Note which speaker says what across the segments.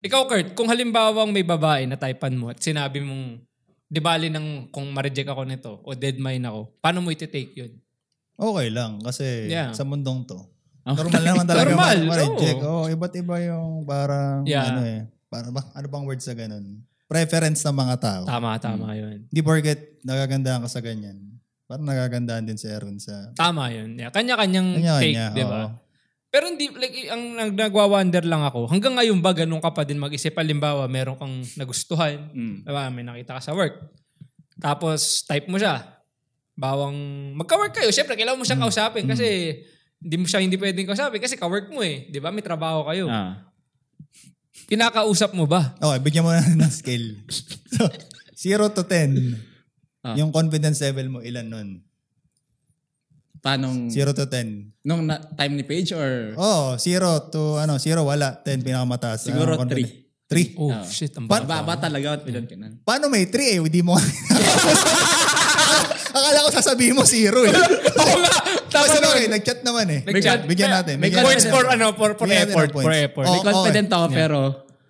Speaker 1: Ikaw, Kurt, kung halimbawang may babae na typean mo at sinabi mong, di bali ng kung ma-reject ako nito o dead mine ako, paano mo iti-take yun?
Speaker 2: Okay lang kasi
Speaker 1: Yeah.
Speaker 2: sa mundong to.
Speaker 3: Okay.
Speaker 2: Normal naman talaga
Speaker 1: Normal,
Speaker 2: ma- ma-reject.
Speaker 1: oo.
Speaker 2: Oo, iba't iba yung parang
Speaker 1: Yeah.
Speaker 2: ano eh. Para ba, ano bang word sa ganun? Preference ng mga tao.
Speaker 1: Tama, tama yun.
Speaker 2: Hindi porket nagagandahan ka sa ganyan. Parang nagagandahan din si Aaron sa...
Speaker 1: Tama yun. Yeah. Kanya-kanyang take,
Speaker 2: Kanya-kanya,
Speaker 1: di ba? Pero hindi, like, ang, ang nagwa-wonder lang ako, hanggang ngayon ba ganun ka pa din mag-isip? Halimbawa, meron kang nagustuhan,
Speaker 3: Mm.
Speaker 1: diba? may nakita ka sa work. Tapos, type mo siya. Bawang, magka-work kayo. Siyempre, kailangan mo siyang kausapin kasi hindi mo siya hindi pwedeng kausapin kasi ka-work mo eh. Di ba? May trabaho kayo.
Speaker 3: Ah.
Speaker 1: Kinakausap mo ba?
Speaker 2: Okay, bigyan mo na ng scale. so, 0 to 10.
Speaker 3: Ah.
Speaker 2: Yung confidence level mo, ilan nun?
Speaker 3: Paano?
Speaker 2: 0 to 10.
Speaker 3: Nung na- time ni Paige or?
Speaker 2: Oh, 0 to ano, 0 wala, 10 pinakamataas.
Speaker 3: Siguro three.
Speaker 2: 3. 3.
Speaker 1: Oh,
Speaker 3: Ah.
Speaker 1: shit. Ang
Speaker 3: Ba,
Speaker 1: bata.
Speaker 3: ba, ba talaga at pilan ka na?
Speaker 2: Paano may 3 eh? Hindi mo. Akala ko sasabihin mo 0 eh.
Speaker 1: Oo nga! Tama
Speaker 2: Tapos
Speaker 1: nun.
Speaker 2: okay, nag-chat naman eh.
Speaker 1: Nag-chat.
Speaker 2: Bigyan
Speaker 1: May-
Speaker 2: natin.
Speaker 3: may
Speaker 2: bigyan
Speaker 1: Points
Speaker 2: natin
Speaker 1: for
Speaker 2: ng-
Speaker 1: ano? For, for
Speaker 2: bigyan natin ng
Speaker 1: effort. For
Speaker 2: points. Oh,
Speaker 1: effort.
Speaker 2: Oo,
Speaker 3: May confident ako
Speaker 1: Yeah.
Speaker 3: pero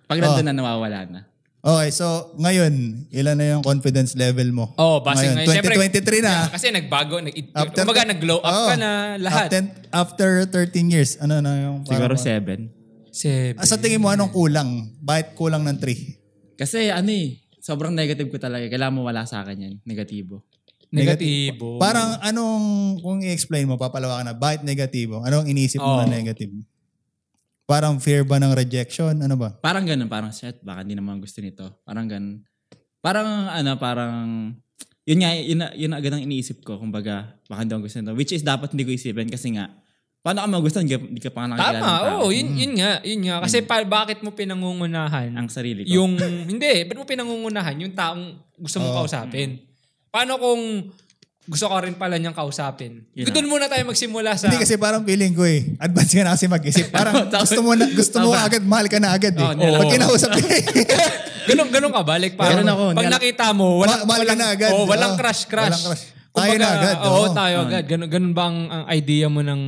Speaker 3: pag
Speaker 2: Oh.
Speaker 3: nandun na nawawala na.
Speaker 2: Okay, so ngayon, ilan na yung confidence level mo?
Speaker 1: Oo, Oh, base ngayon. Siyempre-
Speaker 2: 2023 na.
Speaker 1: Kasi nagbago, nag kumbaga nag-glow up
Speaker 2: Oo.
Speaker 1: ka na lahat.
Speaker 2: After, after 13 years, ano na yung parang...
Speaker 3: Siguro seven.
Speaker 1: Seven.
Speaker 2: Ah, sa tingin mo, anong kulang? Bakit kulang ng 3?
Speaker 3: Kasi ano eh, sobrang negative ko talaga. Kailangan mo wala sa akin yan. Negatibo.
Speaker 1: Negatibo.
Speaker 2: Parang anong, kung i-explain mo, papalawakan na, bakit negatibo? Anong iniisip mo
Speaker 1: Oo.
Speaker 2: na negative? Parang fear ba ng rejection? Ano ba?
Speaker 3: Parang ganun, parang shit, baka hindi naman gusto nito. Parang ganun. Parang ano, parang yun nga, yun, na- yun na agad ang iniisip ko. Kumbaga, baka hindi ako gusto nito. Which is dapat hindi ko isipin kasi nga, paano ka magustuhan? Hindi ka, hindi ka pa nga nakakilala ng
Speaker 1: Tama, Mm.
Speaker 3: tao.
Speaker 1: oo. yun, yun nga, yun nga. Kasi pa, bakit mo pinangungunahan
Speaker 3: Ang sarili ko.
Speaker 1: yung, hindi, bakit mo pinangungunahan yung taong gusto mong
Speaker 2: Oo.
Speaker 1: kausapin? Paano kung gusto ka rin pala niyang kausapin?
Speaker 3: Yun
Speaker 1: Doon muna tayo magsimula sa...
Speaker 2: Hindi kasi parang feeling ko eh, advance ka na kasi mag-isip. Parang gusto mo na, gusto mo agad, mahal ka na agad eh.
Speaker 3: Oo, nila-
Speaker 2: Pag kinausap ka eh.
Speaker 1: ganun, ganun ka ba? Like, parang,
Speaker 3: Ganun ako,
Speaker 1: pag
Speaker 3: nila-
Speaker 1: nakita mo,
Speaker 2: Ma-
Speaker 1: walang,
Speaker 2: mahal ka
Speaker 1: walang,
Speaker 2: na agad.
Speaker 1: oh, walang
Speaker 2: Oo,
Speaker 1: crush, crush.
Speaker 2: walang crush. Tayo na agad, Ah.
Speaker 1: Oo,
Speaker 2: oo.
Speaker 1: tayo agad. Ganun, ganun ba ang, ang idea mo ng,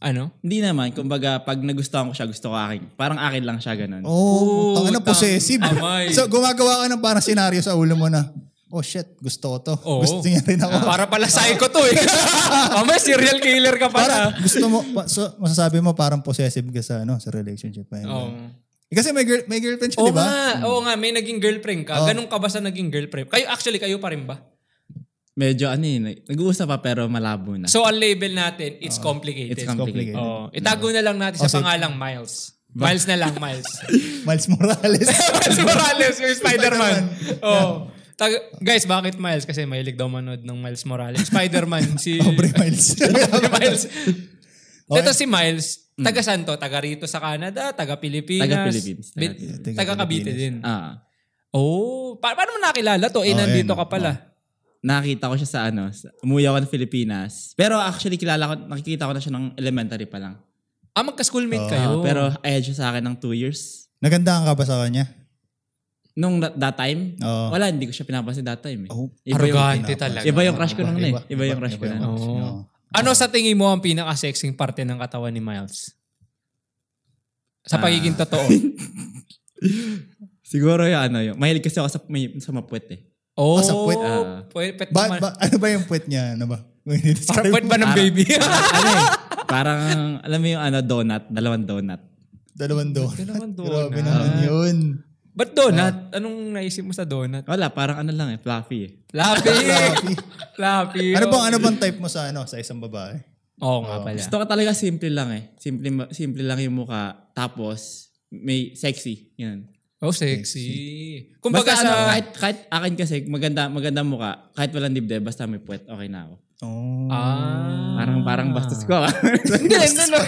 Speaker 1: ano?
Speaker 3: Hindi naman. Kumbaga, pag nagustuhan ko siya, gusto ko akin. Parang akin lang siya ganun.
Speaker 2: Oh, tanga na
Speaker 1: tang-
Speaker 2: possessive.
Speaker 1: amay.
Speaker 2: So gumagawa ka ng parang senaryo sa ulo mo na, oh shit, gusto ko to.
Speaker 1: Oo. Ah,
Speaker 2: Gusto niya rin ako.
Speaker 1: Para pala psycho to eh. Mamaya serial killer ka
Speaker 2: Parang
Speaker 1: pala.
Speaker 2: gusto mo, pa- so masasabi mo parang possessive ka sa, ano, sa relationship. Ayun.
Speaker 1: Oo.
Speaker 2: Eh, Kasi may, girl, may girlfriend siya,
Speaker 1: Oo
Speaker 2: di ba?
Speaker 1: nga, oo nga, may naging girlfriend ka. Ganun ka ba sa naging girlfriend? Kayo, actually, kayo pa rin ba?
Speaker 3: Medyo ano eh, nag- nag-uusap pa pero malabo na.
Speaker 1: So, ang label natin, it's complicated.
Speaker 3: It's complicated.
Speaker 2: complicated.
Speaker 1: Oo. Itago na lang natin sa pangalang Miles. Miles na lang, Miles.
Speaker 2: Miles Morales.
Speaker 1: Miles Morales, yung Spider-Man.
Speaker 2: Spider-Man.
Speaker 1: Oo. Tag- guys, bakit Miles? Kasi mahilig daw manood ng Miles Morales. Spider-Man, si...
Speaker 2: Pobre Miles.
Speaker 1: Pobre Miles. Ito si Miles, taga saan to? Taga rito sa Canada, taga Pilipinas.
Speaker 3: Taga Philippines, taga
Speaker 1: Bi-
Speaker 2: Philippines.
Speaker 1: Taga Cavite din.
Speaker 3: Ah,
Speaker 1: Oh, pa- paano mo nakilala to? Eh,
Speaker 2: Oh,
Speaker 1: nandito
Speaker 2: ayun.
Speaker 1: ka pala.
Speaker 3: nakita ko siya sa ano, sa- umuwi ako ng Pilipinas. Pero actually kilala ko, nakikita ko na siya ng elementary pa lang.
Speaker 1: Ah, magka-schoolmate kayo.
Speaker 2: Oh.
Speaker 3: Ah, pero ahead siya sa akin ng two years.
Speaker 2: Nagandahan ka ba sa kanya?
Speaker 3: Nung that, that time,
Speaker 2: Oo.
Speaker 3: wala, hindi ko siya pinapansin that time. Eh.
Speaker 2: Oh,
Speaker 3: iba, yung,
Speaker 1: arrogante talaga.
Speaker 3: iba yung crush ko noon eh.
Speaker 2: Iba,
Speaker 3: Iba yung crush ko
Speaker 2: iba yung
Speaker 3: noon.
Speaker 2: crush.
Speaker 1: Oo.
Speaker 2: Oo.
Speaker 1: Ano sa tingin mo ang pinaka-sexing parte ng katawan ni Miles? Sa
Speaker 3: Ah.
Speaker 1: pagiging totoo.
Speaker 3: Siguro yung ano yung, mahilig kasi ako sa, may, sa mapwet eh.
Speaker 1: oh,
Speaker 2: sa puwet.
Speaker 3: Ah.
Speaker 1: puwet, puwet
Speaker 2: Ba,
Speaker 1: naman.
Speaker 2: ba, ano ba yung puwet niya? Ano ba?
Speaker 1: Parang puwet ba ng
Speaker 3: Parang-
Speaker 1: baby?
Speaker 3: ano eh, parang, alam mo yung ano, donut, dalawang donut.
Speaker 2: Dalawang donut.
Speaker 1: Dalawang
Speaker 2: Grabe
Speaker 1: donut.
Speaker 2: naman yun.
Speaker 1: Ba't donut? Anong naisip mo sa donut?
Speaker 3: Wala, parang ano lang eh, fluffy eh.
Speaker 1: Lapi!
Speaker 2: Grabe.
Speaker 1: Lapi!
Speaker 2: ano bang ano bang type mo sa ano sa isang babae?
Speaker 1: Oo nga pala.
Speaker 3: Gusto ko talaga simple lang eh. Simple, ma- simple lang yung mukha. Tapos, may sexy. Yun.
Speaker 1: Oh, sexy. Kumbaga
Speaker 3: Basta
Speaker 1: sa...
Speaker 3: ano, kahit, kahit akin kasi, maganda, maganda mukha. Kahit walang dibdib, basta may puwet, okay na ako.
Speaker 2: Oh.
Speaker 1: Ah.
Speaker 3: Mm. Parang, parang bastos ko. ah.
Speaker 1: Hindi, hindi na.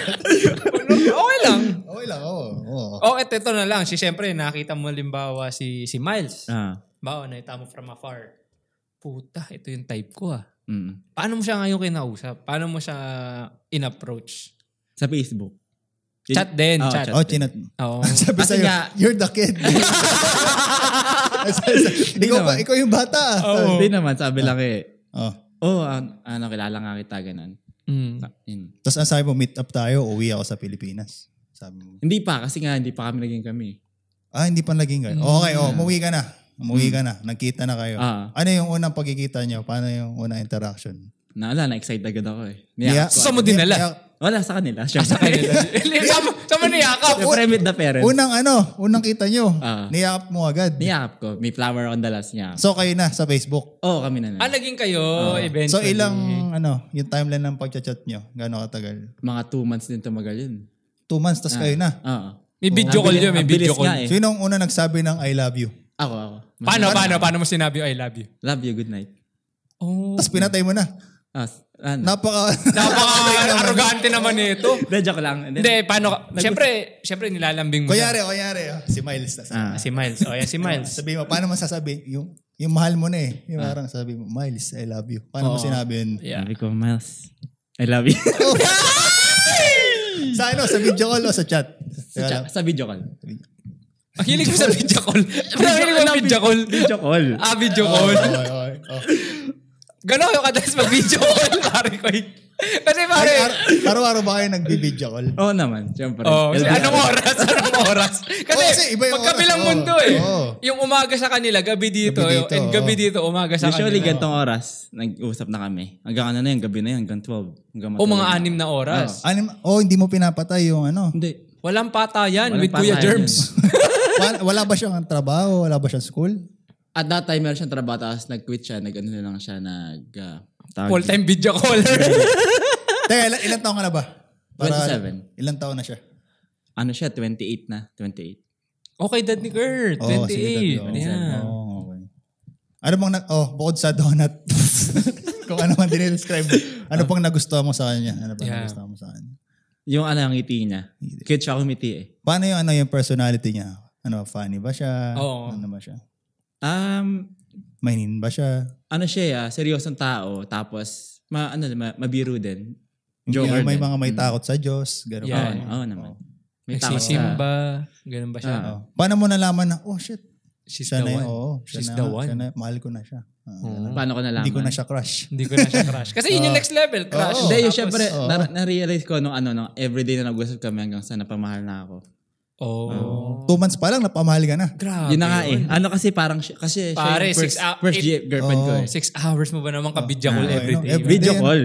Speaker 1: Okay lang.
Speaker 2: Okay lang, oo. oo.
Speaker 1: Oh, eto, eto na lang. Si, Siyempre, nakita mo limbawa si, si Miles.
Speaker 3: ah,
Speaker 1: Bawa, nakita mo from afar. Puta, ito yung type ko ah.
Speaker 3: mm.
Speaker 1: Paano mo siya ngayon kinausap? Paano mo siya in-approach?
Speaker 3: Sa Facebook. Yun-
Speaker 1: Chat din,
Speaker 3: Oo,
Speaker 1: chat.
Speaker 2: Oh, chinat mo.
Speaker 1: Oo.
Speaker 2: Sabi
Speaker 3: Kasi
Speaker 2: sa'yo,
Speaker 3: nga-
Speaker 2: you're the kid. ikaw, ba,
Speaker 3: naman.
Speaker 2: ikaw yung bata.
Speaker 1: Oo.
Speaker 3: Hindi naman, sabi lang eh,
Speaker 2: Oh.
Speaker 3: oh, an- ano, kilala nga kita, ganun.
Speaker 1: Mm.
Speaker 3: Sa- yun.
Speaker 2: Tapos ang sabi mo, meet up tayo, uwi ako sa Pilipinas. Sabi mo.
Speaker 3: Hindi pa, kasi nga, hindi pa kami naging kami.
Speaker 2: Ah, hindi pa naging ganun. Okay, oh, umuwi ka na. Umuwi ka na. Nagkita na kayo.
Speaker 3: Ah.
Speaker 2: Ano yung unang pagkikita niyo? Paano yung unang interaction?
Speaker 3: Naala, na-excite agad ako eh.
Speaker 2: Yeah.
Speaker 3: Niyakap ko.
Speaker 1: Sa mo dinala.
Speaker 2: Yeah.
Speaker 3: Wala sa kanila. Sure.
Speaker 1: Ah, Sa kanila. Sama, sama niyakap.
Speaker 3: Siyempre with the parents.
Speaker 2: Unang ano, unang kita niyo.
Speaker 3: Ah.
Speaker 2: Niyakap mo agad.
Speaker 3: Niyakap ko. May flower on the last niya.
Speaker 2: So kayo na sa Facebook.
Speaker 3: Oo, oh, kami na na.
Speaker 1: Ah, naging kayo eventually.
Speaker 2: So ilang ano, yung timeline ng pagchat-chat niyo? Gaano katagal?
Speaker 3: Mga two months din tumagal yun.
Speaker 2: Two months, tas kayo na.
Speaker 3: Oo.
Speaker 1: May video
Speaker 3: Ang
Speaker 1: call
Speaker 3: bilis-
Speaker 1: yun, may
Speaker 3: ang bilis
Speaker 1: video
Speaker 3: nga
Speaker 1: call.
Speaker 3: eh.
Speaker 2: Sino ang una nagsabi ng I love you?
Speaker 3: Ako, ako. Mas-
Speaker 1: Paano, paano, paano mo sinabi yung I love you?
Speaker 3: Love you, good night.
Speaker 1: Oh.
Speaker 2: Tapos pinatay mo na.
Speaker 3: Ah, s- ano?
Speaker 2: Napaka...
Speaker 1: Napaka-arrogante naman ito.
Speaker 3: Hindi, joke lang. And then-
Speaker 1: Hindi, paano ka? Siyempre, siyempre nilalambing mo. siya.
Speaker 2: Kunyari, kunyari. oh, Si Miles. Tas,
Speaker 3: Ah.
Speaker 1: Si Miles. O yan, si Miles.
Speaker 2: Sabi mo, paano mo sasabi? Yung, yung mahal mo na eh. Yung parang sabi mo, Miles, I love you. Paano mo sinabi yun?
Speaker 1: Yeah.
Speaker 3: Sabi ko, Miles, I love you.
Speaker 2: Sa ano? Sa video call o sa chat?
Speaker 3: sa, chat- sa video call.
Speaker 1: Ang hilig mo sa video call. Ang hilig mo sa video call.
Speaker 3: Video call.
Speaker 1: Ah, video call.
Speaker 2: Okay, okay, okay.
Speaker 1: Ganon kayo kadalas mag-video call, pare ko. eh. Kasi
Speaker 2: Ay,
Speaker 1: pare,
Speaker 2: ar- araw-araw ba kayo nagbi-video call?
Speaker 3: Oo naman,
Speaker 2: Ano?
Speaker 3: syempre.
Speaker 1: oh, kasi
Speaker 3: Well,
Speaker 1: anong oras? Anong oras? Kasi,
Speaker 2: Oo, Oh, kasi iba yung
Speaker 1: magkabilang
Speaker 2: oras, oo.
Speaker 1: mundo eh.
Speaker 2: Oo.
Speaker 1: Yung umaga sa kanila, gabi dito. eh.
Speaker 2: Gabi dito,
Speaker 1: and gabi
Speaker 2: oo.
Speaker 1: dito, umaga sa
Speaker 3: Usually,
Speaker 1: kanila.
Speaker 3: gantong oras, nag-usap na kami. Hanggang ano na yun, gabi na yun, hanggang 12. Hanggang
Speaker 1: O Oh, mga
Speaker 3: matulog.
Speaker 1: anim na oras.
Speaker 2: Ano, oh, hindi mo pinapatay yung ano.
Speaker 3: Hindi.
Speaker 1: Walang patayan
Speaker 3: Walang
Speaker 1: with Kuya
Speaker 3: patayan
Speaker 1: Germs.
Speaker 2: Wala, wala ba siyang trabaho? Wala ba siyang school?
Speaker 3: At that time, meron siyang trabaho, tapos nag-quit siya, nag-ano na lang siya, nag... Uh, tawag-
Speaker 1: Full-time video caller.
Speaker 2: Teka, ilan, ilan taon ka na ba?
Speaker 3: 27.
Speaker 2: Ilan taon na siya?
Speaker 3: Ano siya, 28 na, 28.
Speaker 1: okay, dad ni Kurt. 28.
Speaker 2: Oo, Oh, sige, tatlo.
Speaker 1: Ayan.
Speaker 2: Oo, okay. Ano bang, na- oh, bukod sa donut, kung ano man dinidescribe mo, ano pang nagustuhan mo sa kanya? Ano pang
Speaker 1: Yeah.
Speaker 2: nagustuhan mo sa kanya?
Speaker 3: Yung ano, ang ngiti niya. Cute siya kumiti eh.
Speaker 2: Paano yung, ano, yung personality niya? Ano, funny ba siya?
Speaker 1: Oo.
Speaker 2: Ano ba siya?
Speaker 3: Um,
Speaker 2: Mainin ba siya?
Speaker 3: ano siya, eh, ah, seryosong tao, tapos, ma, ano, ma, mabiru din.
Speaker 2: Hindi
Speaker 3: Joker
Speaker 2: yung may
Speaker 3: din.
Speaker 2: mga may takot sa Diyos. Ganun
Speaker 1: Yeah.
Speaker 2: ba?
Speaker 3: Mm. Oo, oo naman. May takot siya.
Speaker 1: Nagsisimba. Ganun ba siya?
Speaker 3: Ah.
Speaker 2: Oo. Paano mo nalaman na, oh shit,
Speaker 1: She's the
Speaker 2: siya na yun.
Speaker 1: one.
Speaker 2: Oo, siya
Speaker 1: She's
Speaker 2: na,
Speaker 1: the one.
Speaker 2: siya na, mahal ko na siya. Ah,
Speaker 1: Oo.
Speaker 3: Paano ko nalaman?
Speaker 2: Hindi ko na siya crush.
Speaker 1: Hindi ko na siya crush. Kasi yun yung next level, crush.
Speaker 2: Ah. Oo.
Speaker 3: Hindi, yung
Speaker 1: Oh, Tapos-
Speaker 3: syempre,
Speaker 2: oo.
Speaker 3: na- na-realize ko nung ano, nung everyday na nag-usap kami hanggang sa napamahal na ako.
Speaker 1: Oh.
Speaker 2: Two months pa lang, napamahal ka na.
Speaker 1: Grabe.
Speaker 3: yun na nga eh. Ano kasi parang, siya- kasi siya
Speaker 1: Ah, Pare,
Speaker 3: yung first,
Speaker 1: six out-
Speaker 3: first
Speaker 1: eight-
Speaker 3: girlfriend ko eh.
Speaker 1: Six hours mo ba naman ka video
Speaker 3: Ah,
Speaker 1: call
Speaker 3: okay,
Speaker 1: every
Speaker 2: no,
Speaker 1: day?
Speaker 2: every-
Speaker 3: Video
Speaker 2: Then-
Speaker 3: call.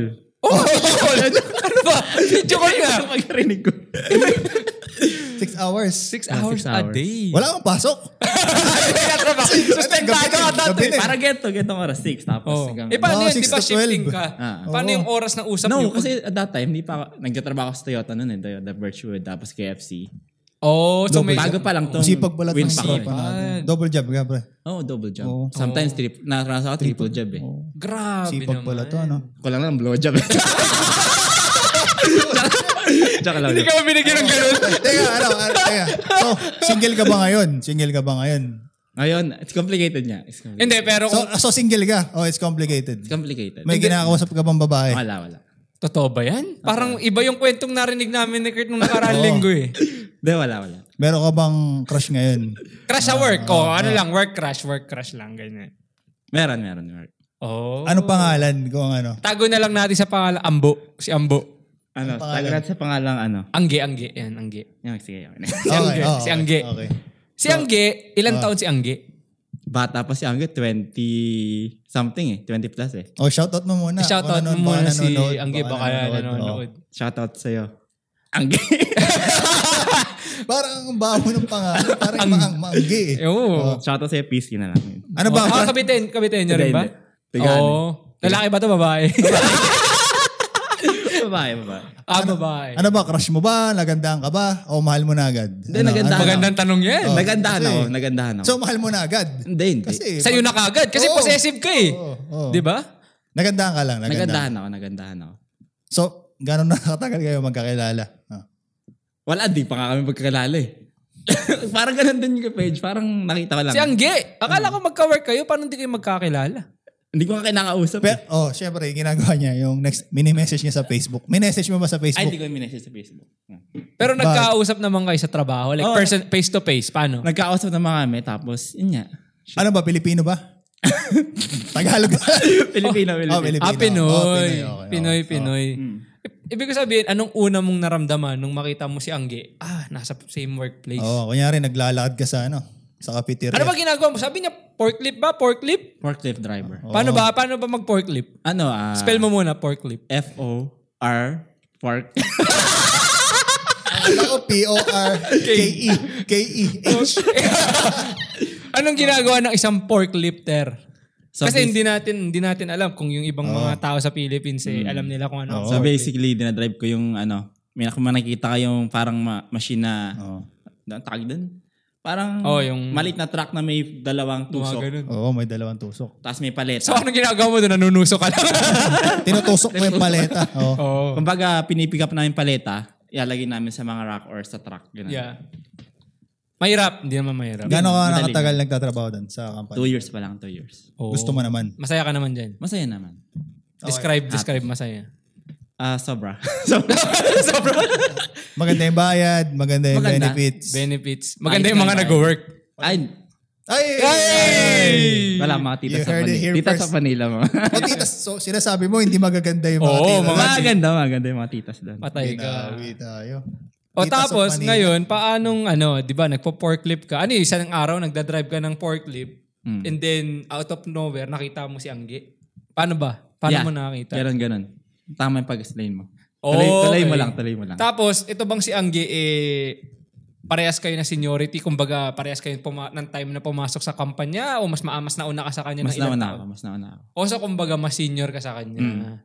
Speaker 1: Oh, video call! ano ba? Video call nga!
Speaker 3: Pagkarinig ko.
Speaker 2: Six hours.
Speaker 1: Six
Speaker 3: Ah,
Speaker 1: hours
Speaker 3: six
Speaker 1: a
Speaker 3: hours.
Speaker 1: day.
Speaker 2: Wala akong pasok.
Speaker 1: Wala. Sustentado
Speaker 2: Gabi na,
Speaker 1: ka dati.
Speaker 2: gabi na.
Speaker 3: Parang geto, getong oras, six. Tapos
Speaker 1: Oh.
Speaker 3: hanggang...
Speaker 1: Eh, paano
Speaker 2: Oo,
Speaker 1: yun? Di
Speaker 2: six
Speaker 1: ba
Speaker 2: to twelve.
Speaker 1: shifting ka?
Speaker 3: Ah.
Speaker 1: Paano
Speaker 2: Oo.
Speaker 1: yung oras ng usap
Speaker 3: No,
Speaker 1: niyo?
Speaker 3: kasi at that time, hindi pa ako, nagtatrabaho ako sa Toyota noon eh, Toyota Birchwood, tapos KFC.
Speaker 1: Oh, so may...
Speaker 3: Bago pa lang tong
Speaker 2: Sipag pala
Speaker 3: win
Speaker 2: ng
Speaker 3: pa
Speaker 2: sipag
Speaker 3: ako.
Speaker 2: natin. Double job ka, pre.
Speaker 3: Oo, oh, double job.
Speaker 2: Oo.
Speaker 3: Sometimes triple, naranasan ako triple job eh.
Speaker 2: Oo.
Speaker 1: Grabe
Speaker 2: Sipag
Speaker 1: naman.
Speaker 2: pala to, ano?
Speaker 3: Kulang lang blow job. Tsaka lang.
Speaker 1: Hindi ka ba binigyan ng ganun?
Speaker 2: teka, ano, ano, teka. So, single ka ba ngayon? Single ka ba ngayon?
Speaker 3: Ngayon, it's complicated niya. It's complicated.
Speaker 1: Hindi, pero
Speaker 2: So,
Speaker 1: kung...
Speaker 2: so single ka? Oh, it's complicated.
Speaker 3: It's complicated.
Speaker 2: May kinakausap ka bang babae?
Speaker 3: Wala, wala.
Speaker 1: Totoo ba
Speaker 2: Ah.
Speaker 1: yan? Parang iba yung kwentong narinig namin ni Kurt nung nakaraang linggo eh.
Speaker 3: Hindi, wala, wala.
Speaker 2: Meron ka bang crush ngayon?
Speaker 1: Crush
Speaker 2: Ah.
Speaker 1: sa work. Oh, ano lang, work crush, work crush lang, ganyan.
Speaker 3: Meron, meron, meron.
Speaker 1: Oh.
Speaker 2: Ano pangalan kung ano?
Speaker 1: Tago na lang natin sa pangalan Ambo. Si Ambo.
Speaker 3: Ano, tagalat sa pangalang ano.
Speaker 1: Angge, Angge. Yan, Angge.
Speaker 3: Yan, sige, ano. yan.
Speaker 1: Si Angge.
Speaker 2: oh,
Speaker 1: si Angge.
Speaker 2: Okay.
Speaker 1: Si Angge, ilang
Speaker 2: Ah.
Speaker 1: taon si Angge?
Speaker 3: Bata pa si Angge, 20 something eh. 20 plus eh.
Speaker 2: Oh, shoutout mo muna.
Speaker 1: Shoutout
Speaker 2: Kung
Speaker 1: mo
Speaker 2: ano- baka
Speaker 1: muna si
Speaker 2: nanonood, oh.
Speaker 1: Angge, baka nanonood.
Speaker 3: Shoutout sa'yo. Angge.
Speaker 2: Oo. Parang ang baho ng pangalan. Parang maang maangge eh.
Speaker 1: Oo.
Speaker 3: Shoutout sa'yo, peace na lang.
Speaker 2: Ano
Speaker 1: Oh,
Speaker 2: ba?
Speaker 1: Ah, kabiten, kabiten niya rin ba? Oh.
Speaker 3: Hindi, hindi. Tigaan
Speaker 1: Oo. Lalaki ba to babae?
Speaker 3: babae, babae.
Speaker 1: ah, babae.
Speaker 2: ano ba? Crush mo ba? Nagandaan ka ba? O mahal mo na agad?
Speaker 3: Hindi, nagandahan ako.
Speaker 1: Magandang tanong yan.
Speaker 2: Ano, Oh.
Speaker 3: Nagandahan
Speaker 2: Kasi-
Speaker 3: ako, nagandahan ako.
Speaker 2: So, mahal mo na agad?
Speaker 3: Hindi, hindi.
Speaker 2: Kasi,
Speaker 1: Sa'yo na kagad. Kasi
Speaker 2: Oo.
Speaker 1: possessive ka eh.
Speaker 2: Oo, oo.
Speaker 1: Di ba?
Speaker 2: Nagandaan ka lang. Nagandaan.
Speaker 3: Nagandahan ako, nagandahan ako.
Speaker 2: So, gano'n na nakatagal kayo magkakilala? Ah.
Speaker 3: Wala, di pa nga kami magkakilala eh. parang ganun din yung page. Parang nakita ko lang.
Speaker 1: Si Angge.
Speaker 2: Hmm.
Speaker 1: Akala ko magka-work kayo, paano hindi kayo magkakilala?
Speaker 3: Hindi ko nga kinakausap.
Speaker 2: Pero, oh, syempre, ginagawa niya yung next, mini-message niya sa Facebook. Mini-message mo ba sa
Speaker 3: eh. Ay, hindi
Speaker 2: Facebook?
Speaker 3: ko minessage sa Facebook. Ah.
Speaker 1: Pero nagkausap naman kayo sa trabaho. Like
Speaker 2: Oh.
Speaker 3: Oo.
Speaker 1: person, face to face. Paano?
Speaker 3: Nagkausap naman kami, tapos, yun nga.
Speaker 2: Ano ba, Pilipino ba? Tagalog ba?
Speaker 3: Filipino, Filipino.
Speaker 2: Oh, Pilipino.
Speaker 1: Ah, Pinoy.
Speaker 2: Oh, Pinoy, okay,
Speaker 1: Pinoy, Pinoy. Eh, Ibig ko sabihin, anong una mong naramdaman nung makita mo si Angge? Ah, nasa same workplace.
Speaker 2: Oo, kunyari naglalakad ka sa ano, sa cafeteria.
Speaker 1: Ano ba ginagawa mo? Sabi niya, forklift ba? Forklift?
Speaker 3: Forklift driver.
Speaker 1: Paano ba? Paano ba mag-forklift?
Speaker 3: Ano? ah,
Speaker 1: Oh. Spell mo muna, forklift.
Speaker 3: F-O-R. Fork.
Speaker 2: Akala ko P-O-R-K-E.
Speaker 1: E.
Speaker 2: K-E-H.
Speaker 1: Anong ginagawa ng isang forklifter?
Speaker 3: So
Speaker 1: Kasi
Speaker 3: bas-
Speaker 1: hindi natin hindi natin alam kung yung ibang mga tao sa Philippines eh, alam nila kung ano.
Speaker 3: so basically, dinadrive ko yung ano, may nak- may nakikita ka yung parang ma- machine na,
Speaker 2: Oo,
Speaker 3: ang tawag doon? Parang
Speaker 1: Oh, yung-
Speaker 3: malit na truck na may dalawang
Speaker 1: Mga
Speaker 3: tusok.
Speaker 1: ganun.
Speaker 2: Oo, may dalawang tusok.
Speaker 3: Tapos may paleta.
Speaker 1: So anong ginagawa mo doon? Nanunuso ka lang.
Speaker 2: Tinutusok mo yung paleta. Oo.
Speaker 1: Oo.
Speaker 3: Kumbaga, pinipick up namin paleta, ilalagay namin sa mga rack or sa truck. Ganun.
Speaker 1: Yeah. Mahirap. Hindi naman mahirap.
Speaker 2: Gano'n ka
Speaker 3: Madaling.
Speaker 2: nakatagal nagtatrabaho doon sa company?
Speaker 3: Two years pa lang, two years.
Speaker 1: Oo.
Speaker 2: Gusto mo naman.
Speaker 1: Masaya ka naman dyan.
Speaker 3: Masaya naman.
Speaker 1: Describe, describe masaya.
Speaker 3: Ah, sobra. sobra. sobra.
Speaker 2: Maganda yung bayad, maganda yung
Speaker 3: Maganda.
Speaker 2: benefits.
Speaker 1: Benefits. Maganda yung
Speaker 3: Ayos
Speaker 1: mga
Speaker 3: naman.
Speaker 1: nag-work.
Speaker 3: Ay,
Speaker 2: Ay!
Speaker 3: wala mga tita
Speaker 2: You
Speaker 3: sa
Speaker 2: heard it
Speaker 3: Manila.
Speaker 2: here
Speaker 3: Tita
Speaker 2: first.
Speaker 3: sa Manila mo.
Speaker 2: O tita, so, sinasabi mo, hindi magaganda yung mga
Speaker 1: Oo,
Speaker 2: tita.
Speaker 1: mga-
Speaker 3: mga ganda, mga ganda yung mga titas doon.
Speaker 1: Patay ka.
Speaker 2: Binawi tayo.
Speaker 1: O
Speaker 2: Titas of
Speaker 1: tapos,
Speaker 2: Manila.
Speaker 1: ngayon, paanong ano, di ba, nagpo-forklift ka. Ano yung isang araw, nagdadrive ka ng forklift.
Speaker 3: Mm.
Speaker 1: And then, out of nowhere, nakita mo si Angge. Paano ba? Paano
Speaker 3: Yeah.
Speaker 1: mo nakita?
Speaker 3: Ganun, ganun. Tama yung pag-explain mo.
Speaker 1: Okay.
Speaker 3: Tuloy, tuloy mo lang, tuloy mo lang.
Speaker 1: Tapos, ito bang si Angge, eh, parehas kayo na seniority? Kumbaga, parehas kayo puma- ng time na pumasok sa kampanya? O mas maamas na una ka sa kanya ng
Speaker 3: mas
Speaker 1: ilang
Speaker 3: nauna Hmm. ako,
Speaker 1: taon?
Speaker 3: mas nauna ako.
Speaker 1: O so, kumbaga, mas senior ka sa kanya.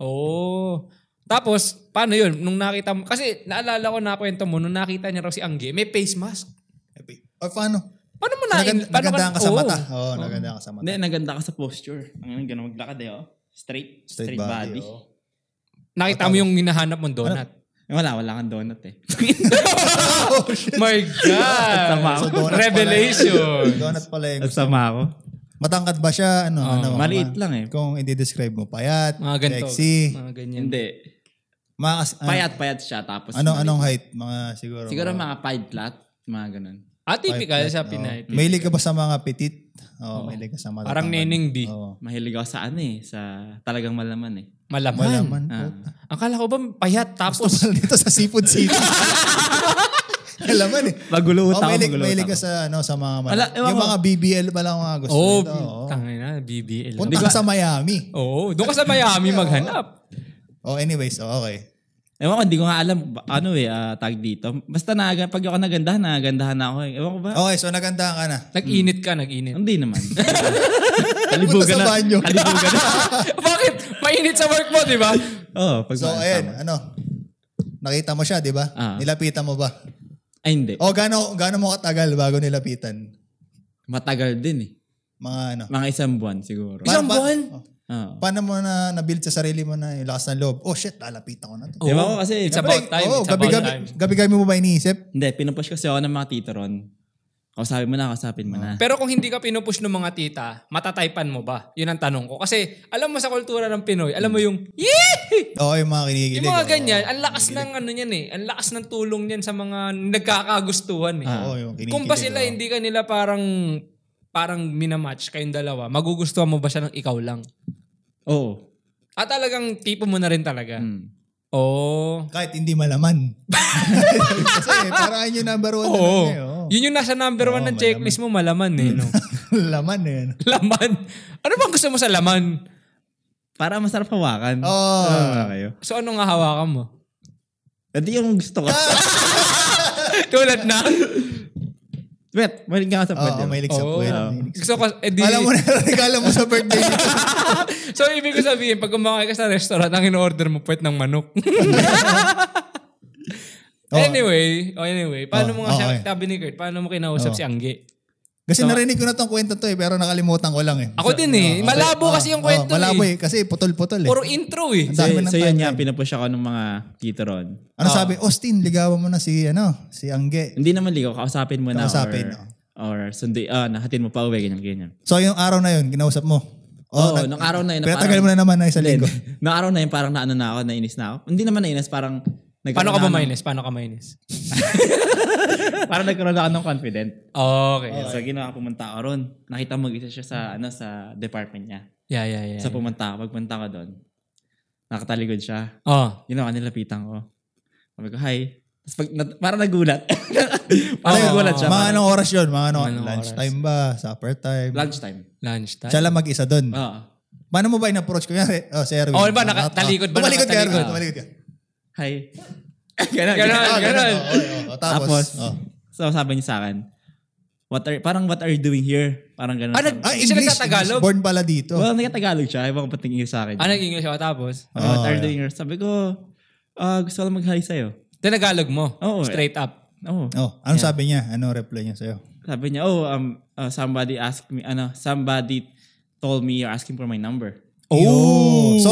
Speaker 1: Oo. Tapos, paano yun? Nung nakita mo, kasi naalala ko na kwento mo, nung nakita niya raw si Angge, may face mask.
Speaker 2: O paano?
Speaker 1: Paano mo na?
Speaker 2: Nagand-
Speaker 1: paano
Speaker 2: nagandaan ka sa
Speaker 1: oo.
Speaker 2: mata. Oo, nagandaan ka sa mata.
Speaker 3: Hindi, naganda ka sa posture. Ang ganun, ganun maglakad eh, oh. Straight,
Speaker 2: Straight
Speaker 3: straight,
Speaker 2: body,
Speaker 3: body.
Speaker 2: oh.
Speaker 1: Nakita mo yung hinahanap mong
Speaker 2: Ano?
Speaker 1: donut.
Speaker 3: Eh, Wala, wala kang donut eh.
Speaker 2: Oh, shit.
Speaker 1: My God!
Speaker 3: Tama ako.
Speaker 2: So, donut pala-
Speaker 1: Revelation!
Speaker 2: Donut pala yung
Speaker 3: Ang sama ako.
Speaker 2: Matangkad ba siya? Ano, ano?
Speaker 3: Oh, maliit
Speaker 2: ma-
Speaker 3: lang eh.
Speaker 2: Kung i-describe mo, payat,
Speaker 1: Mga ganito.
Speaker 2: sexy.
Speaker 1: Mga ganyan.
Speaker 3: Hindi.
Speaker 2: Mga, as- ano-
Speaker 3: Payat-payat siya tapos.
Speaker 2: Anong, anong height? Mga siguro.
Speaker 3: Siguro mga 5 flat, mga ganun.
Speaker 1: Atypical
Speaker 2: Five
Speaker 1: sa
Speaker 2: flat,
Speaker 1: Pinay.
Speaker 2: Oo. Mahilig ka ba sa mga petit? Oo, mahilig ka sa mga
Speaker 1: Parang
Speaker 2: tatangkad.
Speaker 1: Neneng D.
Speaker 2: Oo.
Speaker 3: Mahilig ako sa ano eh, sa talagang malaman eh.
Speaker 1: Malaman.
Speaker 2: Malaman.
Speaker 3: Ah.
Speaker 1: Akala ko ba payat
Speaker 2: Gusto
Speaker 1: tapos
Speaker 2: pala dito sa seafood city. Alaman eh.
Speaker 3: Magulo
Speaker 2: Oh,
Speaker 3: ako,
Speaker 2: mahilig,
Speaker 3: magulo
Speaker 2: mahilig ka
Speaker 3: ako.
Speaker 2: sa, ano, sa mga mali.
Speaker 3: Wala, ewan
Speaker 2: yung
Speaker 3: ko.
Speaker 2: mga BBL pala ang mga gusto
Speaker 1: Oh,
Speaker 2: nito. Oo.
Speaker 1: tangay na BBL.
Speaker 2: Punta
Speaker 3: Diba?
Speaker 2: ka sa Miami.
Speaker 1: Oo, doon ka sa Miami maghanap.
Speaker 2: Oh, anyways, oh, okay.
Speaker 3: Ewan ko, hindi ko nga alam ba- ano eh, ah, tag dito. Basta na, pag ako nagandahan, nagandahan na ako eh. Ewan ko ba?
Speaker 2: Okay, so naganda ka na.
Speaker 1: Nag-init ka, nag-init.
Speaker 3: Hindi naman.
Speaker 2: Punta
Speaker 3: Kalibugan
Speaker 2: sa
Speaker 3: na.
Speaker 2: banyo.
Speaker 3: Kalibugan na.
Speaker 1: Bakit? Mainit sa work mo, di ba?
Speaker 3: Oo, oh, pag
Speaker 2: So, ayan, ano? Nakita mo siya, di ba?
Speaker 3: Ah.
Speaker 2: Nilapitan mo ba?
Speaker 3: Ay, hindi.
Speaker 2: O, gano, gano mo katagal bago nilapitan?
Speaker 3: Matagal din eh.
Speaker 2: Mga ano?
Speaker 3: Mga isang buwan siguro.
Speaker 1: Isang
Speaker 2: Pa- pa-
Speaker 1: buwan?
Speaker 2: Oh.
Speaker 3: Oo.
Speaker 2: Paano mo na nabuild sa sarili mo na yung lakas ng loob? Oh shit, lalapitan ko na to.
Speaker 1: Oo.
Speaker 3: Ewan ko kasi,
Speaker 1: It's about time.
Speaker 2: Oh,
Speaker 1: It's about time.
Speaker 2: gabi-gabi, gabi-gabi mo ba iniisip?
Speaker 3: Hindi, pinupush kasi ako ng mga tito ron. Kausapin mo na, kausapin mo na.
Speaker 1: Pero kung hindi ka pinupush ng mga tita, matataypan mo ba? Yun ang tanong ko. Kasi alam mo sa kultura ng Pinoy, alam mo yung, yee!
Speaker 2: Oo, yung mga kinikilig.
Speaker 1: Yung mga
Speaker 2: oo.
Speaker 1: ganyan, ang lakas ng ano niyan eh. Ang lakas ng tulong niyan sa mga nagkakagustuhan eh.
Speaker 2: Oo, yung kinikilig.
Speaker 1: Kung ba sila hindi ka nila parang parang minamatch kayong dalawa, magugustuhan mo ba siya ng ikaw lang?
Speaker 2: Oh.
Speaker 3: Oo.
Speaker 1: At talagang tipo mo na rin talaga. Oh.
Speaker 2: Hmm.
Speaker 3: Mm.
Speaker 1: Oo.
Speaker 2: Kahit hindi malaman. Kasi parang yun yung number one na
Speaker 1: Oo.
Speaker 2: lang eh, oo.
Speaker 1: Oh.
Speaker 2: Hmm.
Speaker 1: Yun yung nasa number one ng checklist mo, malaman eh. No?
Speaker 2: Laman eh, na yun.
Speaker 1: laman. Ano bang gusto mo sa laman?
Speaker 3: Para masarap hawakan.
Speaker 2: Oo.
Speaker 3: Ah, kayo.
Speaker 1: So ano nga hawakan mo?
Speaker 3: Hindi yung gusto ko.
Speaker 2: Ah!
Speaker 1: Tulad na.
Speaker 3: Wait, mahilig ka sa
Speaker 2: Oo,
Speaker 3: pwede.
Speaker 2: mahilig sa
Speaker 1: Oo.
Speaker 2: puwet.
Speaker 1: Gusto ko, eh, edi,
Speaker 2: Alam mo na regalo mo sa birthday nito.
Speaker 1: so ibig ko sabihin, pag kumakain ka sa restaurant, ang in-order mo puwet ng manok. anyway, oh, anyway, paano
Speaker 2: Oh,
Speaker 1: mo nga siya,
Speaker 2: okay.
Speaker 1: sabi ni Kurt, paano mo kinausap
Speaker 2: Oh.
Speaker 1: si Angge?
Speaker 2: Kasi narinig ko na tong kwento to eh, pero nakalimutan ko lang eh.
Speaker 1: Ako din eh. Malabo kasi yung
Speaker 2: Oo,
Speaker 1: kwento
Speaker 2: Malabo
Speaker 1: eh.
Speaker 2: eh, kasi putol-putol eh.
Speaker 1: Puro intro eh.
Speaker 2: Ang
Speaker 3: So,
Speaker 2: dami ng
Speaker 3: so yun
Speaker 2: timeline.
Speaker 3: nga, pinapush ako ng mga tito ron.
Speaker 1: Ah.
Speaker 2: Ano sabi? Austin, ligawan mo na si ano, si Angge.
Speaker 3: Hindi naman ligaw, kausapin mo na.
Speaker 2: Kausapin,
Speaker 3: Or, or sundi, ah, nahatin mo pa uwi, ganyan, ganyan.
Speaker 2: So yung araw na yun, ginausap mo. Oh,
Speaker 3: Oo,
Speaker 2: nag-
Speaker 3: nung araw na yun.
Speaker 2: Pero tagal mo na naman na isang linggo.
Speaker 3: Nung araw na yun, parang naano na ako, nainis na ako. Hindi naman nainis, parang...
Speaker 1: Paano
Speaker 3: nagkaroon
Speaker 1: ka ba
Speaker 3: na ako ng-
Speaker 1: mainis? Paano ka mainis?
Speaker 3: Parang nagkaroon ako ng confident.
Speaker 1: Okay.
Speaker 2: Oh.
Speaker 3: So, ginawa, pumunta ako ron. Nakita mo, mag-isa siya sa, ano, sa department niya.
Speaker 1: Yeah, yeah, yeah.
Speaker 3: So, pumunta ako. Pagpunta ko doon, Nakataligod siya.
Speaker 1: Oh.
Speaker 3: Ginawa nilapitan ko. oh. Sabi ko, hi. Tapos pag, na, parang nagulat. parang
Speaker 1: Oo.
Speaker 3: nagulat siya.
Speaker 2: Mga anong oras yun? Mga anong,
Speaker 1: Anong
Speaker 2: lunch time ba? Supper time?
Speaker 3: Lunchtime.
Speaker 1: Lunch time. Ah.
Speaker 2: Siya lang mag-isa doon.
Speaker 3: Oo.
Speaker 2: Paano mo ba in-approach? Kunyari, oh, si Erwin.
Speaker 1: Oh, ba,
Speaker 2: Ah,
Speaker 1: naka-
Speaker 2: ah.
Speaker 1: talikod ba?
Speaker 2: Tumalikod ka,
Speaker 1: Nakatalikod.
Speaker 2: Erwin.
Speaker 1: Ah.
Speaker 2: Tumalikod ka.
Speaker 3: Hi. Ganon,
Speaker 1: Ganon.
Speaker 3: ganon.
Speaker 2: Ah, ganun.
Speaker 1: ganun.
Speaker 2: Oh, oh, oh. Tapos,
Speaker 3: Tapos,
Speaker 2: oh.
Speaker 3: So sabi niya sa akin, what are, parang what are you doing here? Parang ganon.
Speaker 1: Ah, nag-
Speaker 2: Ah,
Speaker 1: Siya
Speaker 2: English,
Speaker 1: nagtatagalog?
Speaker 2: English. Born pala dito.
Speaker 3: well, nagkatagalog siya. Ibang patingin niya sa akin.
Speaker 1: Ah, nag-English ako tapos.
Speaker 3: Parang, what
Speaker 2: Oh,
Speaker 3: are you
Speaker 2: yeah.
Speaker 3: doing here? Sabi ko, ah, gusto ko lang mag-hi sa'yo.
Speaker 1: Tinagalog mo.
Speaker 3: Oo.
Speaker 2: eh.
Speaker 1: Straight up.
Speaker 3: Oo.
Speaker 2: Oh, anong sabi niya? Anong reply niya sa'yo?
Speaker 3: Sabi niya, oh, um, uh, somebody asked me, ano, somebody told me you're asking for my number.
Speaker 2: Yo. So,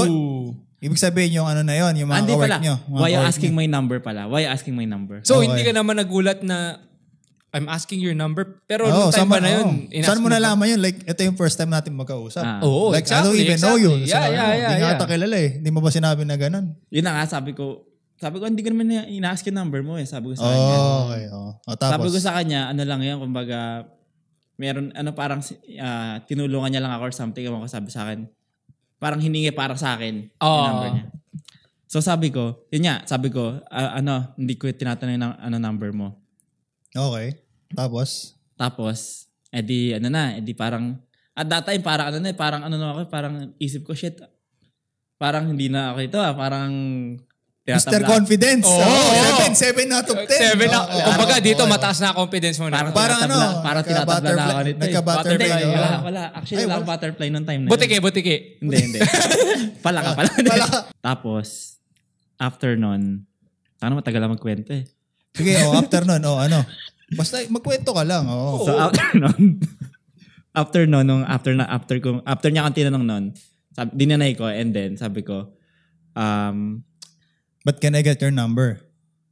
Speaker 2: ibig sabihin yung ano na yon yung mga
Speaker 3: Hindi
Speaker 2: kawork
Speaker 3: pala.
Speaker 2: niyo. mga
Speaker 3: Why you
Speaker 2: kawork
Speaker 3: asking my number pala? Why you asking my number?
Speaker 1: So,
Speaker 2: Okay.
Speaker 1: hindi ka naman nagulat na I'm asking your number. Pero nung
Speaker 2: niyo.
Speaker 1: time
Speaker 2: saan
Speaker 1: pa na
Speaker 2: mo-
Speaker 1: yun,
Speaker 2: oh.
Speaker 1: inask
Speaker 2: Saan mo
Speaker 1: ba?
Speaker 2: nalaman yun? Like, ito yung first time natin magkausap.
Speaker 3: Ah.
Speaker 1: Oo,
Speaker 2: like,
Speaker 1: exactly.
Speaker 2: I don't even
Speaker 1: exactly.
Speaker 2: know you.
Speaker 1: Yeah, yeah,
Speaker 2: Sinabi mo,
Speaker 1: yeah.
Speaker 2: Hindi nga
Speaker 1: yeah.
Speaker 2: ata kilala eh. Hindi mo ba sinabi na ganun?
Speaker 3: Yun na nga, sabi ko, sabi ko, hindi ko naman na- ina-ask yung number mo eh. Sabi ko sa kanya.
Speaker 2: Oh, okay. Oh. Oh,
Speaker 3: Sabi
Speaker 2: tapos,
Speaker 3: ko sa kanya, ano lang yun, kumbaga, meron, ano parang, ah, tinulungan niya lang ako or something, ewan ko sabi sa akin. Parang hiningi para sa akin
Speaker 1: Oo.
Speaker 3: yung number niya. So sabi ko, yun nga, sabi ko, ah, ano, hindi ko tinatanong ng ano number mo.
Speaker 2: okay. Tapos,
Speaker 3: Tapos, edi ano na, edi parang, at that time, parang ano na, eh, parang ano na ako, parang isip ko, shit, parang hindi na ako ito ah, parang,
Speaker 2: Mr.
Speaker 3: tinatabla-
Speaker 2: Confidence.
Speaker 1: Oo.
Speaker 2: Oh, 7, 7 out of 10.
Speaker 1: Seven na,
Speaker 2: Oo,
Speaker 1: kumbaga
Speaker 2: oo,
Speaker 1: dito,
Speaker 2: oo.
Speaker 1: mataas na confidence mo na.
Speaker 3: Parang,
Speaker 2: Parang
Speaker 3: tinatabla,
Speaker 2: ano,
Speaker 3: parang tinatabla na
Speaker 2: nagka-butterfly-
Speaker 3: ako nito. eh.
Speaker 2: nagka-butterfly,
Speaker 3: Butterfly,
Speaker 1: no?
Speaker 3: wala, wala. Actually,
Speaker 2: Ay,
Speaker 3: wala
Speaker 2: wala.
Speaker 3: akong butterfly noong time na yun.
Speaker 1: Butiki, butiki.
Speaker 3: Hindi, hindi. pala ka pala. Tapos, after nun, sana matagal lang magkwento eh.
Speaker 2: Sige, oh, after nun, oh, ano. Basta magkwento ka lang. Oh.
Speaker 3: So, after nun, after nun, nung after na, after ko, after niya akong tinanong nun, sabi, dinanay ko, and then, sabi ko, um,
Speaker 2: But can I get your number?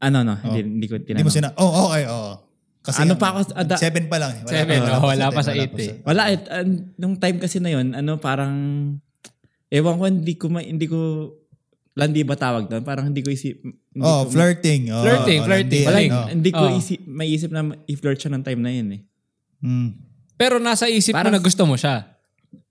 Speaker 3: ano, no, hindi,
Speaker 2: Oh.
Speaker 3: hindi ko
Speaker 2: Hindi mo
Speaker 3: tinanong.
Speaker 2: sina... Oh, okay, oo. Kasi
Speaker 3: Ano
Speaker 2: yung-
Speaker 3: pa ako- ada-
Speaker 2: Seven pa lang. eh.
Speaker 1: Seven,
Speaker 2: pa, Oh,
Speaker 1: oh, wala pa sa
Speaker 2: wala
Speaker 1: eight eh.
Speaker 3: Wala, at, an- nung time kasi na yun, ano, parang, ewan ko, hindi ko, ma- hindi ko, landi ba tawag doon? Parang hindi ko isip, hindi
Speaker 2: Oh,
Speaker 3: ko,
Speaker 2: flirting. Oh,
Speaker 1: Flirting,
Speaker 2: oh,
Speaker 1: flirting.
Speaker 2: landian,
Speaker 3: wala,
Speaker 1: Galing.
Speaker 2: oh.
Speaker 3: hindi ko
Speaker 1: Oh.
Speaker 3: isip, maiisip na i-flirt siya ng time na yun eh.
Speaker 2: Mm.
Speaker 1: Pero nasa isip mo
Speaker 3: Parang-
Speaker 1: na gusto mo siya.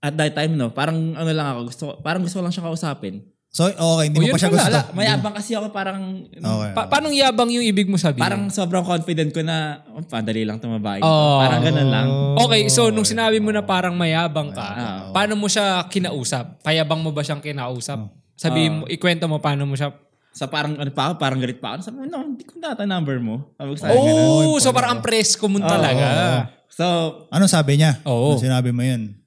Speaker 3: at that time no, parang ano lang ako, gusto ko, parang gusto ko lang siya kausapin.
Speaker 2: So, okay, hindi
Speaker 1: Oh,
Speaker 2: mo
Speaker 1: yun
Speaker 2: pa siya
Speaker 1: pala,
Speaker 2: gusto.
Speaker 1: ala,
Speaker 2: Hindi mo-
Speaker 3: Mayabang kasi ako parang
Speaker 2: Okay.
Speaker 1: Pa- paanong yabang yung ibig mo sabihin?
Speaker 3: parang sobrang confident ko na oh, padali lang tumabain.
Speaker 1: Oh.
Speaker 3: Parang ganun lang.
Speaker 1: Okay, so
Speaker 3: Oh,
Speaker 1: nung sinabi mo na parang mayabang ka,
Speaker 3: Ah, oo.
Speaker 1: paano mo siya kinausap? Payabang mo ba siyang kinausap?
Speaker 3: Oh.
Speaker 1: Sabihin mo, ikwento mo paano mo siya.
Speaker 3: Sa parang ano pa ako, parang galit pa ako. Sabi ko, no, hindi ko data number mo. Sabi ko sa akin, ganun.
Speaker 1: Oh, so parang ang presko mo talaga.
Speaker 3: So,
Speaker 2: Anong sabi niya?
Speaker 1: Oo.
Speaker 3: Oh,
Speaker 2: Anong sinabi mo yun?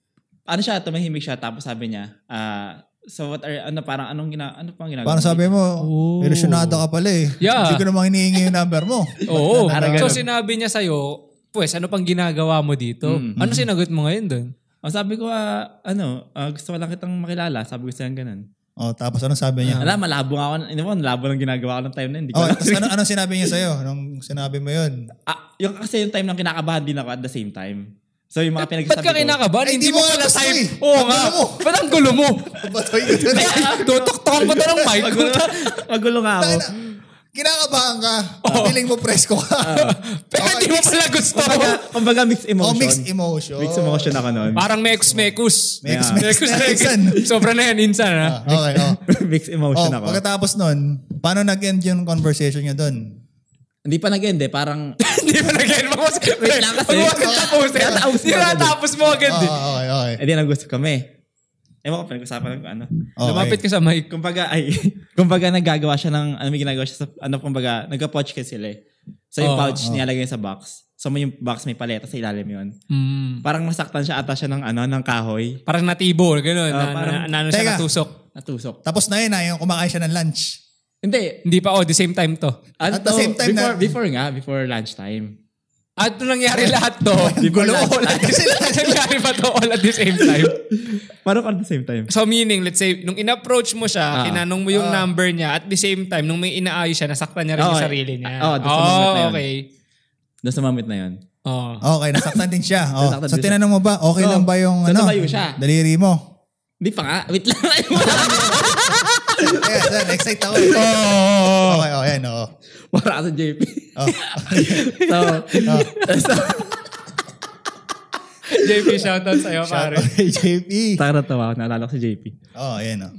Speaker 3: ano siya, tumahimik siya tapos sabi niya, ah, so what are, ano parang anong gina, ano pang ginagawa?
Speaker 2: Parang
Speaker 3: mo?"
Speaker 2: sabi mo,
Speaker 1: Oh.
Speaker 2: ilusyonado ka pala eh.
Speaker 1: Yeah.
Speaker 2: Hindi ko namang hinihingi yung number mo.
Speaker 1: Oo.
Speaker 3: Parang
Speaker 1: so
Speaker 3: ganun.
Speaker 1: sinabi niya sa'yo, pues ano pang ginagawa mo dito?
Speaker 3: Mm.
Speaker 1: Ano sinagot mo ngayon doon?
Speaker 3: Oh, sabi ko, ah, ano, ah, gusto ko lang kitang makilala. Sabi ko siya ganun.
Speaker 2: oh, tapos anong sabi niya?
Speaker 3: Alam, malabo nga ako. Ano mo, malabo ng ginagawa ko ng time na. yun. Hindi
Speaker 2: Oh,
Speaker 3: ko alam.
Speaker 2: tapos ano, anong sinabi niya sa'yo? Nung sinabi mo yun?
Speaker 3: Ah, yung kasi yung time lang kinakabahan din ako at the same time. So yung mga pinagsasabi
Speaker 1: Ba't ka
Speaker 3: ko.
Speaker 1: kinakabahan?
Speaker 2: Ay,
Speaker 1: Hindi
Speaker 2: di
Speaker 1: mo
Speaker 2: mo
Speaker 1: pala
Speaker 2: alam
Speaker 1: time.
Speaker 2: eh.
Speaker 1: Oo
Speaker 2: Ang
Speaker 1: nga.
Speaker 2: gulo mo.
Speaker 1: Ba't ang gulo mo?
Speaker 2: Pabatoy ka doon.
Speaker 1: Tutoktokan ko to ng mic.
Speaker 3: Magulo, magulo nga ako.
Speaker 2: Kinakabahan ka.
Speaker 1: Oh.
Speaker 2: Feeling mo presko ka.
Speaker 1: Ah, Pero hindi mo pala gusto.
Speaker 3: Kumbaga, kumbaga mixed
Speaker 2: oh,
Speaker 3: emotion.
Speaker 2: mixed emotion.
Speaker 3: Mixed emotion ako noon.
Speaker 1: Parang mekus-mekus.
Speaker 2: Mekus,
Speaker 3: Yeah.
Speaker 2: mekus, mekus.
Speaker 1: Sobra na yan, insan ha.
Speaker 2: Okay, oh.
Speaker 3: mixed
Speaker 2: Oh,
Speaker 3: emotion ako.
Speaker 2: pagkatapos nun, paano nag-end yung conversation niyo dun?
Speaker 3: Hindi pa nag-end eh. Parang,
Speaker 1: Hindi mo na-get mo.
Speaker 3: Wait lang kasi.
Speaker 1: Huwag mo tapos.
Speaker 3: Tatapos
Speaker 1: Hindi mo
Speaker 3: mo agad eh.
Speaker 1: natapos mo agad eh.
Speaker 2: Oh, okay, okay.
Speaker 3: edi nag gusto kami. Ewan ko, pinag-usapan ko ano.
Speaker 2: Ah, Okay.
Speaker 1: Lumapit ka sa mic.
Speaker 3: Kumbaga, ay, kumbaga naggagawa siya ng, ano may ginagawa siya sa, ano, kumbaga, nagka-pouch kasi sila eh. So yung
Speaker 1: Oh,
Speaker 3: pouch, nilalagay niya sa box. So may yung box may paleta sa ilalim yun.
Speaker 1: Mm.
Speaker 3: Parang nasaktan siya ata siya ng, ano, ng kahoy.
Speaker 1: Parang natibo, gano'n.
Speaker 3: Ah,
Speaker 1: na, na,
Speaker 3: parang-
Speaker 1: na, ano siya
Speaker 2: Teka.
Speaker 1: natusok.
Speaker 3: Natusok.
Speaker 2: Tapos na yun na yung kumakain siya ng lunch.
Speaker 3: Hindi,
Speaker 1: Hindi pa, oh, the same time to.
Speaker 3: Ano
Speaker 2: At the
Speaker 3: to?
Speaker 2: same time
Speaker 3: before,
Speaker 2: na-
Speaker 3: Before nga, before lunchtime.
Speaker 1: At nung nangyari lahat to,
Speaker 2: Gulo
Speaker 1: all at the same time. nangyari pa to all at the same time.
Speaker 3: Parang at the same time.
Speaker 1: So meaning, let's say, nung in-approach mo siya,
Speaker 3: Ah.
Speaker 1: tinanong mo yung number niya, at the same time, nung may inaayos siya, nasaktan niya rin yung
Speaker 3: Okay.
Speaker 1: sarili niya.
Speaker 3: Ah, oh, doon sa moment na yun.
Speaker 1: okay.
Speaker 3: Doon sa moment na yun.
Speaker 1: Oh.
Speaker 2: Okay, nasaktan din siya. Oh.
Speaker 3: Nasaktan
Speaker 2: So
Speaker 3: din siya.
Speaker 2: tinanong mo ba, okay
Speaker 3: So,
Speaker 2: lang ba yung
Speaker 3: so
Speaker 2: ano?
Speaker 3: tumayo siya.
Speaker 2: Daliri mo.
Speaker 3: Hindi pa nga. Wait lang.
Speaker 2: Kaya, sir, excite ako. eh. Okay, oh, yan, oo.
Speaker 3: Para ka sa JP.
Speaker 2: Oh.
Speaker 3: So, so
Speaker 1: JP, shoutout sa'yo, pare.
Speaker 2: Okay, JP.
Speaker 3: taka na tawa. Naalala ko si JP.
Speaker 2: Oh, yan, oh.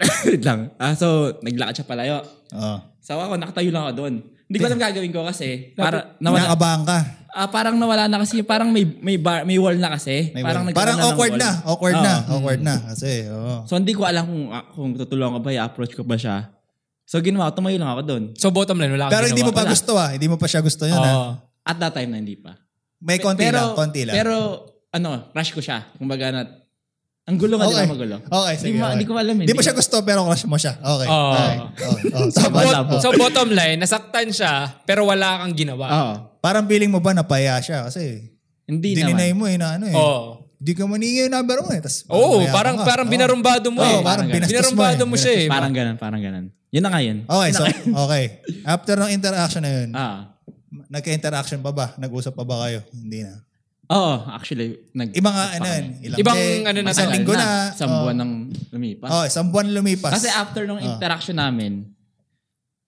Speaker 3: Wait lang. Ah, so, naglakad siya palayo.
Speaker 2: Oo.
Speaker 3: Sawa ko, nakatayo lang ako doon. Hindi ko alam gagawin ko kasi. Para, nawala,
Speaker 2: Nakabahan ka.
Speaker 3: ah, parang nawala na kasi. Parang may may, bar, may wall na kasi.
Speaker 2: May
Speaker 3: parang,
Speaker 2: wall.
Speaker 3: nagkaroon
Speaker 2: parang
Speaker 3: ng
Speaker 2: awkward
Speaker 3: wall.
Speaker 2: na. Awkward na.
Speaker 3: Oo.
Speaker 2: Awkward na. Kasi, oo.
Speaker 3: So, hindi ko alam kung, ah, kung tutulungan ko ba, i-approach ko ba siya. So, ginawa ko, tumayo lang ako doon.
Speaker 1: So bottom line, wala
Speaker 2: Pero
Speaker 1: kang
Speaker 2: hindi mo
Speaker 1: ginawa. Oh.
Speaker 2: pa gusto ah. Hindi mo pa siya gusto yun
Speaker 1: Oo.
Speaker 2: ah.
Speaker 3: At that time na hindi pa.
Speaker 2: May konti lang. Konti lang.
Speaker 3: Pero, ano, crush ko siya. Kumbaga na, ang gulo nga
Speaker 2: Okay.
Speaker 3: din magulo.
Speaker 2: Okay, sige.
Speaker 3: Hindi ma-
Speaker 2: okay.
Speaker 3: hindi ko alam eh.
Speaker 2: Hindi mo siya gusto pero crush mo siya. Okay.
Speaker 1: Oo.
Speaker 2: okay. okay. Oh,
Speaker 1: So,
Speaker 2: tama,
Speaker 1: bot-
Speaker 2: tama.
Speaker 1: so bottom line, nasaktan siya, pero wala kang
Speaker 2: Ah,
Speaker 1: ginawa.
Speaker 3: Oo.
Speaker 2: Parang feeling mo ba napaya siya kasi
Speaker 3: Hindi naman. Oh.
Speaker 2: dininay mo eh na ano eh.
Speaker 1: Oo.
Speaker 2: Di ka maningay yung number mo eh. Tas,
Speaker 1: Oo,
Speaker 2: mamaya
Speaker 1: Oh.
Speaker 2: ka
Speaker 1: parang,
Speaker 2: nga.
Speaker 1: parang
Speaker 2: Oo.
Speaker 1: binarumbado mo
Speaker 2: Oo,
Speaker 1: eh.
Speaker 2: parang binastos mo eh.
Speaker 1: binarumbado mo siya eh.
Speaker 3: Parang ganun, parang ganun. Yun na nga yun.
Speaker 2: Okay, so, okay. After ng interaction na yun,
Speaker 3: Ah.
Speaker 2: nagka-interaction pa ba? Nag-usap pa ba kayo? Hindi na.
Speaker 3: Oo, actually. Nag,
Speaker 2: Ibang ah,
Speaker 3: nagpa
Speaker 2: ano yun?
Speaker 3: kami.
Speaker 2: Ilang
Speaker 1: Ibang
Speaker 2: day,
Speaker 1: ano na
Speaker 2: Isang
Speaker 1: tagal
Speaker 2: linggo na.
Speaker 3: Isang buwan ng lumipas.
Speaker 2: Oh, isang buwan lumipas.
Speaker 3: Kasi after nung interaction namin,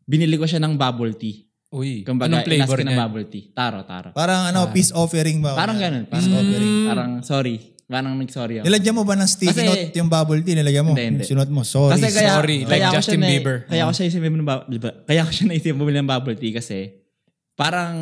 Speaker 3: binili ko siya ng bubble tea.
Speaker 1: Uy,
Speaker 3: Kumbaga,
Speaker 1: anong flavor
Speaker 3: inas ko ng
Speaker 1: niya?
Speaker 3: bubble tea. Taro, taro.
Speaker 2: Parang ano, peace offering ba?
Speaker 3: Ah. Parang ganun.
Speaker 2: Mm.
Speaker 3: Parang,
Speaker 2: offering.
Speaker 1: Mm.
Speaker 3: parang sorry. Parang nag-sorry ako.
Speaker 2: Nilagyan mo ba ng sticky
Speaker 3: Kasi-
Speaker 2: note yung bubble tea? Nilagyan mo?
Speaker 3: Hindi, hindi.
Speaker 2: Sinuot mo? Sorry.
Speaker 3: Kasi kaya,
Speaker 1: sorry,
Speaker 3: kaya
Speaker 1: like
Speaker 3: ako
Speaker 1: Justin
Speaker 3: siya na-
Speaker 1: Bieber.
Speaker 3: Kaya ako siya isipin ng bubble, diba? Kaya ako siya naisip bumili ng bubble tea kasi parang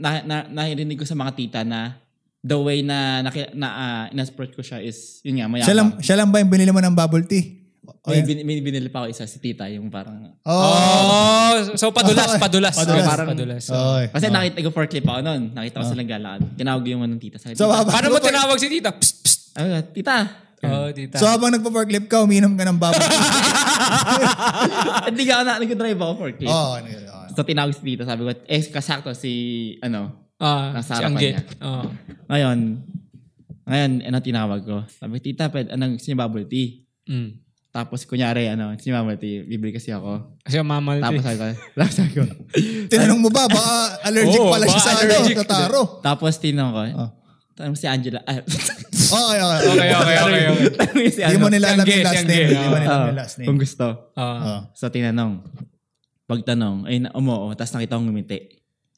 Speaker 3: na, na, narinig ko sa mga tita na the way na, na, na ah, in-approach ko siya is, yun nga, mayabang.
Speaker 2: siya, lang, siya lang ba yung binili mo ng bubble tea? O-
Speaker 3: May, bin, may binili pa ako isa si tita, yung parang...
Speaker 2: Oh,
Speaker 1: Oh, so padulas, padulas.
Speaker 2: Padulas.
Speaker 1: Oh, parang, padulas.
Speaker 2: okay.
Speaker 3: Kasi nakita ko forklift ako noon. Nakita ko silang galaan. Tinawag yung ng tita. Sabi,
Speaker 2: So,
Speaker 3: tita,
Speaker 2: habang,
Speaker 1: Paano mo tinawag si tita? Psst, psst.
Speaker 3: ano, tita. Hmm.
Speaker 1: Oh, tita.
Speaker 2: so habang nagpa-forklift ka, uminom ka ng bubble tea.
Speaker 3: Hindi ka na, nag-drive ako forklift.
Speaker 2: Oo, ano yun, oo.
Speaker 3: So tinawag si tita, sabi ko, eh, kasakto si, ano,
Speaker 1: ah, si
Speaker 3: nasa harapan
Speaker 1: Angge.
Speaker 3: niya.
Speaker 1: Oh.
Speaker 3: Ngayon, ngayon, ano tinawag ko? Sabi, tita, ped, anong gusto niyo bubble tea?
Speaker 1: Mm.
Speaker 3: Tapos, kunyari, ano, gusto niyo bubble tea? Bibili kasi ako.
Speaker 1: Kasi mamal.
Speaker 3: Tapos, sabi ko, tapos, sabi ko,
Speaker 2: Tinanong mo ba? Baka allergic
Speaker 1: Oo,
Speaker 2: pala siya
Speaker 1: baka
Speaker 2: sa ano,
Speaker 1: allergic.
Speaker 2: sa taro.
Speaker 3: tapos, tinanong ko,
Speaker 2: Oh.
Speaker 3: tanong si Angela, ay,
Speaker 2: Okay, okay.
Speaker 1: Okay, okay, okay. okay.
Speaker 3: tanong si
Speaker 2: Hindi mo
Speaker 3: ano,
Speaker 2: nila alam
Speaker 1: Siyang
Speaker 2: yung
Speaker 1: gay,
Speaker 2: last
Speaker 1: siyang
Speaker 2: name.
Speaker 1: gay,
Speaker 2: Hindi mo
Speaker 1: oo.
Speaker 2: nila alam
Speaker 3: ah,
Speaker 2: yung last name.
Speaker 3: kung gusto.
Speaker 1: Ah.
Speaker 2: Oo.
Speaker 3: So, tinanong. Pagtanong, ay, na- umoo, tapos nakita kong ngumiti.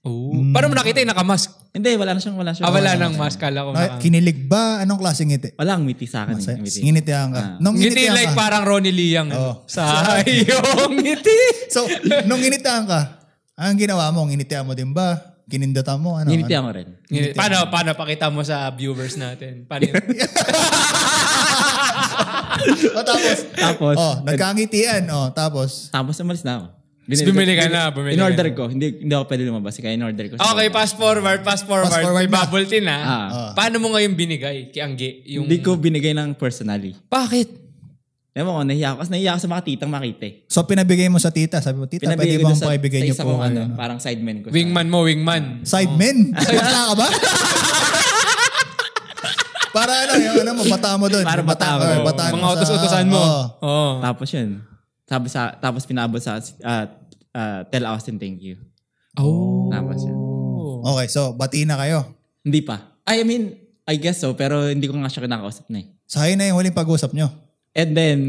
Speaker 1: Oh. Paano mo nakita yung nakamask?
Speaker 3: Hindi, wala na siyang, wala siyang. ano.
Speaker 1: Ah, wala nang mask. Kala ko
Speaker 2: Ah,
Speaker 1: naka-
Speaker 2: Kinilig ba? Anong klaseng ngiti?
Speaker 3: Wala ang ngumiti sa akin. eh, ngumiti.
Speaker 2: Nginitihan ka.
Speaker 3: Ah.
Speaker 2: Nung
Speaker 1: Ngiti
Speaker 2: nginitihan
Speaker 1: like
Speaker 2: ka.
Speaker 1: parang Ronnie Lee yung
Speaker 2: Oo.
Speaker 1: sa iyong ngiti.
Speaker 2: So, nung nginitihan ka, ang ginawa mo, nginitihan mo din ba? Kinindata mo? Ano?
Speaker 3: Ngumiti ako rin.
Speaker 1: Ngiti. Paano, paano pakita mo sa viewers natin? Paano yun?
Speaker 2: Ano? O, tapos,
Speaker 3: Tapos,
Speaker 2: oh, nagkangitian. Oh, tapos,
Speaker 3: Tapos umalis na ako.
Speaker 1: bumili ka na, bumili ka
Speaker 3: In-order ko. Hindi, hindi ako pwede lumabas. Kaya in-order ko.
Speaker 1: Ah, Okay, pass forward, pass forward.
Speaker 2: Pass forward
Speaker 1: May
Speaker 2: na.
Speaker 1: bubble tin ha.
Speaker 3: Ah.
Speaker 1: Paano mo ngayon binigay kay Angge? Yung...
Speaker 3: Hindi ko binigay ng personally.
Speaker 1: Bakit?
Speaker 3: Ewan ko, nahiya ako. Kasi nahiya ako sa mga titang makita eh.
Speaker 2: so pinabigay mo sa tita. Sabi mo, tita, pwede
Speaker 3: Pinabigay ko
Speaker 2: Ah, bang
Speaker 3: sa,
Speaker 2: paibigay
Speaker 3: sa
Speaker 2: niyo
Speaker 3: isa
Speaker 2: po?
Speaker 3: kong ano,
Speaker 2: Ano?
Speaker 3: parang sideman ko. Wing.
Speaker 1: Wingman mo, wingman.
Speaker 2: Sidemen? Wala ka ba? Para ano, yung ano mo, bata mo doon.
Speaker 3: Para bata mo.
Speaker 2: oh, bata
Speaker 1: Mga
Speaker 2: sa-
Speaker 1: utos-utosan mo.
Speaker 2: oh.
Speaker 1: Oo.
Speaker 3: Tapos yun. Tapos, sa, tapos pinaabot sa, ah, ah, tell Austin thank you.
Speaker 1: Oh.
Speaker 3: Tapos yun.
Speaker 2: Okay, so bati na kayo.
Speaker 3: Hindi pa. I mean, I guess so. Pero hindi ko nga siya kinakausap na eh.
Speaker 2: So, ayun na yung huling pag-usap nyo.
Speaker 3: And then,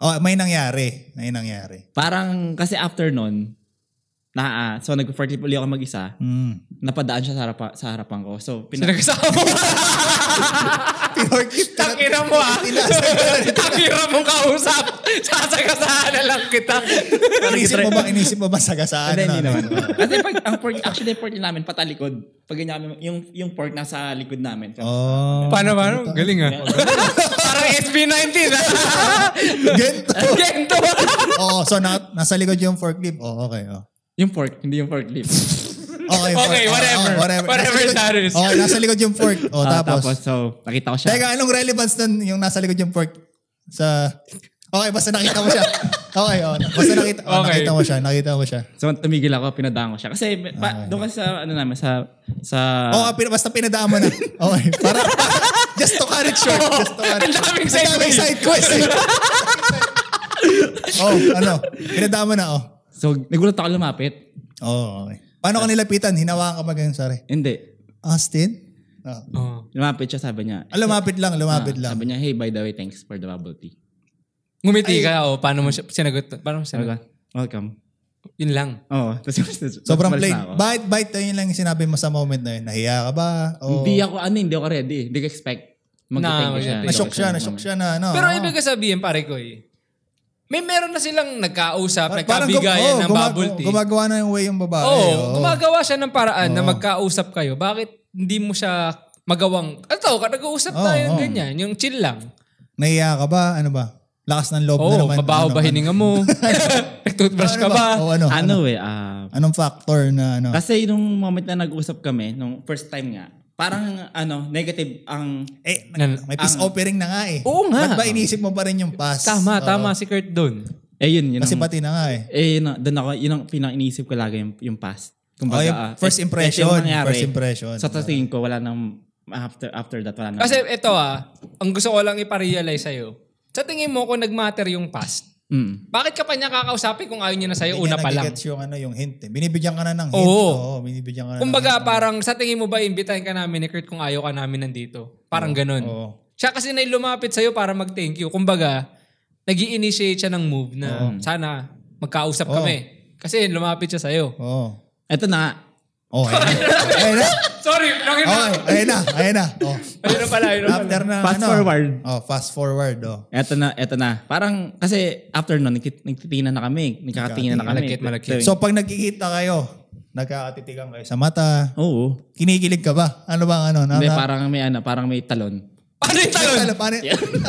Speaker 2: Oh, may nangyari. May nangyari.
Speaker 3: parang kasi after nun, na, ah, so nag-forklift ulit ako mag-isa,
Speaker 2: Mm.
Speaker 3: napadaan siya sa, harapa, sa harapan ko. So, pina-
Speaker 1: Sinagkasama mo.
Speaker 2: Pinorkit ka na-
Speaker 1: Takira mo ah. Takira mong kausap. Sasagasahan na lang kita.
Speaker 2: Inisip mo ba, inisip mo ba ano? sagasaan
Speaker 3: Hindi,
Speaker 2: na?
Speaker 3: hindi naman. Kasi pag, ang pork, actually, pork namin patalikod. Pag ganyan kami, yung, yung pork nasa likod namin.
Speaker 2: Oh.
Speaker 1: Paano, paano? Galing ah. Parang SB19 ah.
Speaker 2: Ganito.
Speaker 1: Gento.
Speaker 2: Oo, Oh, so na, nasa likod yung forklift. Oh, okay. Oh.
Speaker 3: Yung fork, hindi yung forklift.
Speaker 2: Okay,
Speaker 1: Okay, whatever.
Speaker 2: Oh,
Speaker 1: Whatever
Speaker 2: Nasa likod-
Speaker 1: that is.
Speaker 2: Okay, nasa likod yung fork. Oh,
Speaker 3: Ah,
Speaker 2: tapos.
Speaker 3: tapos, so, nakita ko siya.
Speaker 2: Teka, anong relevance nun yung nasa likod yung fork? Sa... Okay, basta nakita mo siya. Okay, oh, basta nakita, oh,
Speaker 1: Okay.
Speaker 2: nakita mo siya. Nakita mo siya.
Speaker 3: So, tumigil ako, pinadaan ko siya. Kasi,
Speaker 2: Ah.
Speaker 3: pa, doon kasi sa, ano namin, sa, sa,
Speaker 2: Oo, pin- basta pinadaan mo na. Okay, para, just to cut it short. Just to cut
Speaker 1: Ang
Speaker 2: it short.
Speaker 1: daming
Speaker 2: Ang daming
Speaker 1: segue.
Speaker 2: side quest. eh. oh, ano? Pinadaan mo na, oh.
Speaker 3: so, nagulat ako lumapit.
Speaker 2: Oh, okay. Paano ka nilapitan? Hinawakan ka ba ganyan, sorry?
Speaker 3: Hindi.
Speaker 2: Austin? Oh.
Speaker 1: Oh.
Speaker 3: Lumapit siya, sabi niya.
Speaker 2: Ah, lumapit lang, lumapit
Speaker 3: Ah,
Speaker 2: lang.
Speaker 3: Sabi niya, hey, by the way, thanks for the bubble tea.
Speaker 1: Ngumiti ka o paano mo siya sinagot? Paano mo
Speaker 3: Sabi
Speaker 1: sinagot?
Speaker 3: ko, welcome.
Speaker 1: Yun lang.
Speaker 3: Oo. Tapos,
Speaker 2: Sobrang
Speaker 3: umalis
Speaker 2: plain.
Speaker 3: na ako.
Speaker 2: Bite, bite na yun lang yung sinabi mo sa moment na yun. Nahiya ka ba? Oh. O,
Speaker 3: Hindi ako, ano, hindi ako ready. Hindi ko expect. Mag-thank
Speaker 1: Na,
Speaker 3: you siya.
Speaker 1: mag-thank
Speaker 2: na-shock siya, na-shock siya na ano.
Speaker 1: Pero
Speaker 2: Oo.
Speaker 1: ibig sabihin, pare ko eh. May meron na silang nagkausap,
Speaker 2: Par-
Speaker 1: nagkabigayan
Speaker 2: gum-
Speaker 1: ng
Speaker 2: oh, guma- oh.
Speaker 1: bubble tea.
Speaker 2: Gumagawa na yung way yung babae.
Speaker 1: Oo,
Speaker 2: oo.
Speaker 1: gumagawa siya ng paraan na
Speaker 2: Oo.
Speaker 1: magkausap kayo. Bakit hindi mo siya magawang, ato, nag-uusap
Speaker 2: Oo,
Speaker 1: tayo,
Speaker 2: oo.
Speaker 1: ganyan, yung chill lang.
Speaker 2: Nahiya ka ba? Ano ba? Lakas ng loob na
Speaker 1: Oo,
Speaker 2: naman.
Speaker 1: mabaho
Speaker 2: Ano-
Speaker 1: ba hininga mo? Nag-toothbrush
Speaker 2: ano
Speaker 1: ka ba?
Speaker 2: Oo, ano, ano?
Speaker 3: Ano eh, ah,
Speaker 2: Anong factor na ano?
Speaker 3: kasi nung moment na nag-usap kami, nung first time nga, parang ano, negative ang
Speaker 2: Eh,
Speaker 1: Nan-
Speaker 2: may peace
Speaker 3: ang-
Speaker 2: offering na nga eh.
Speaker 1: Oo nga.
Speaker 2: Ba't ba inisip mo pa rin yung pass?
Speaker 1: Tama,
Speaker 2: Oo.
Speaker 1: tama si Kurt doon.
Speaker 3: eh yun, yun
Speaker 2: Kasi
Speaker 3: ang,
Speaker 2: pati na nga eh.
Speaker 3: eh yun, ang- doon ako, yun ang pinang-inisip ko lagi yung, yung past. Kumbaga,
Speaker 2: Oh, yung
Speaker 3: ah,
Speaker 2: first
Speaker 3: et- et
Speaker 2: impression,
Speaker 3: yung nangyari.
Speaker 2: first impression.
Speaker 3: Sa tingin ko, wala nang, after, after that, wala nang,
Speaker 1: Kasi ito ah, ang gusto ko lang iparealize sa'yo, sa tingin mo kung nag-matter yung past,
Speaker 3: mm.
Speaker 1: bakit ka pa niya kakausapin kung ayaw niya na sa'yo
Speaker 2: Hindi
Speaker 1: una
Speaker 2: niya
Speaker 1: pa lang?
Speaker 2: nagigets yung ano, yung hint. Eh. Binibigyan ka na ng hint.
Speaker 1: Oo.
Speaker 2: binibigyan ka na.
Speaker 1: Kumbaga
Speaker 2: ng hint.
Speaker 1: parang sa tingin mo ba imbitahin ka namin ni Kurt kung ayaw ka namin nandito? Parang ganun.
Speaker 2: Oo.
Speaker 1: Siya kasi na lumapit sa'yo para mag-thank you. Kumbaga, nag initiate siya ng move na sana magkausap
Speaker 2: Oo.
Speaker 1: kami. Kasi lumapit siya sa'yo.
Speaker 2: Oo.
Speaker 3: Eto na nga.
Speaker 2: Oh, ayun na. ayun na.
Speaker 1: Sorry, ano nangin
Speaker 2: Oh,
Speaker 1: na.
Speaker 2: ayun na. Ayun na. Oh.
Speaker 1: Ayun na pala, ayun na pala.
Speaker 2: After na
Speaker 3: Fast
Speaker 2: ano.
Speaker 3: forward.
Speaker 2: Oh, fast forward. Oh.
Speaker 3: Eto na, eto na. Parang, kasi after nun, nagkit- nagtitingnan na kami. Nagkakatingnan na kami.
Speaker 1: Malakit, malakit.
Speaker 3: So,
Speaker 2: So pag nagkikita kayo, nagkakatitigan kayo sa mata,
Speaker 3: oo.
Speaker 2: kinikilig ka ba? Ano bang ano? Na,
Speaker 3: Hindi,
Speaker 2: na-
Speaker 3: parang may ano, parang may talon.
Speaker 1: Paano yung talon?
Speaker 2: Ano, paano,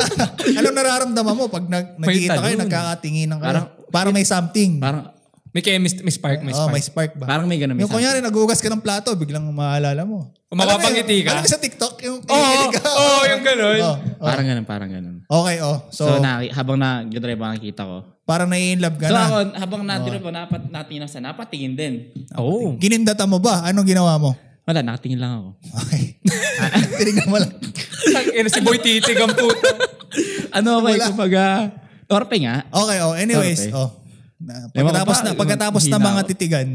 Speaker 2: anong nararamdaman mo pag nag,
Speaker 1: May
Speaker 2: nagkikita kayo,
Speaker 1: talon.
Speaker 2: nagkakatinginan kayo?
Speaker 3: ano Parang-
Speaker 2: Parang, may something.
Speaker 3: Parang,
Speaker 1: May chemist, may spark, may
Speaker 2: oh,
Speaker 1: spark.
Speaker 2: may spark ba?
Speaker 3: parang may ganun.
Speaker 2: yung
Speaker 3: may
Speaker 2: kunyari, nagugas ka ng plato, biglang maalala mo.
Speaker 1: O mapapangiti ka?
Speaker 2: Alam mo sa TikTok, yung
Speaker 1: Oo,
Speaker 2: kinikilig ka.
Speaker 1: oo, yung ganun.
Speaker 2: Oo,
Speaker 3: something.
Speaker 2: oo.
Speaker 3: Parang ganun, parang ganun.
Speaker 2: Okay, oh. So,
Speaker 3: So, na, habang nag-drive ako, nakita ko.
Speaker 2: parang nai-inlove ka
Speaker 3: So
Speaker 2: na.
Speaker 3: ako, habang na-drive ako, napat, natingin ako sa napatingin din.
Speaker 1: Oo.
Speaker 2: Ginindata mo ba? Anong ginawa mo?
Speaker 3: Wala, nakatingin lang ako.
Speaker 2: Okay. Tinignan mo lang.
Speaker 1: Tangina, eh, si Boy Titig ang puto.
Speaker 3: ano ako, eh, kumbaga, torpe nga.
Speaker 2: Okay, oh. Anyways,
Speaker 3: Okay.
Speaker 2: oh. Na,
Speaker 3: May mga
Speaker 2: pagkatapos
Speaker 3: pa-
Speaker 2: na, pagkatapos na
Speaker 3: hina
Speaker 2: mga
Speaker 3: ako.
Speaker 2: titigan,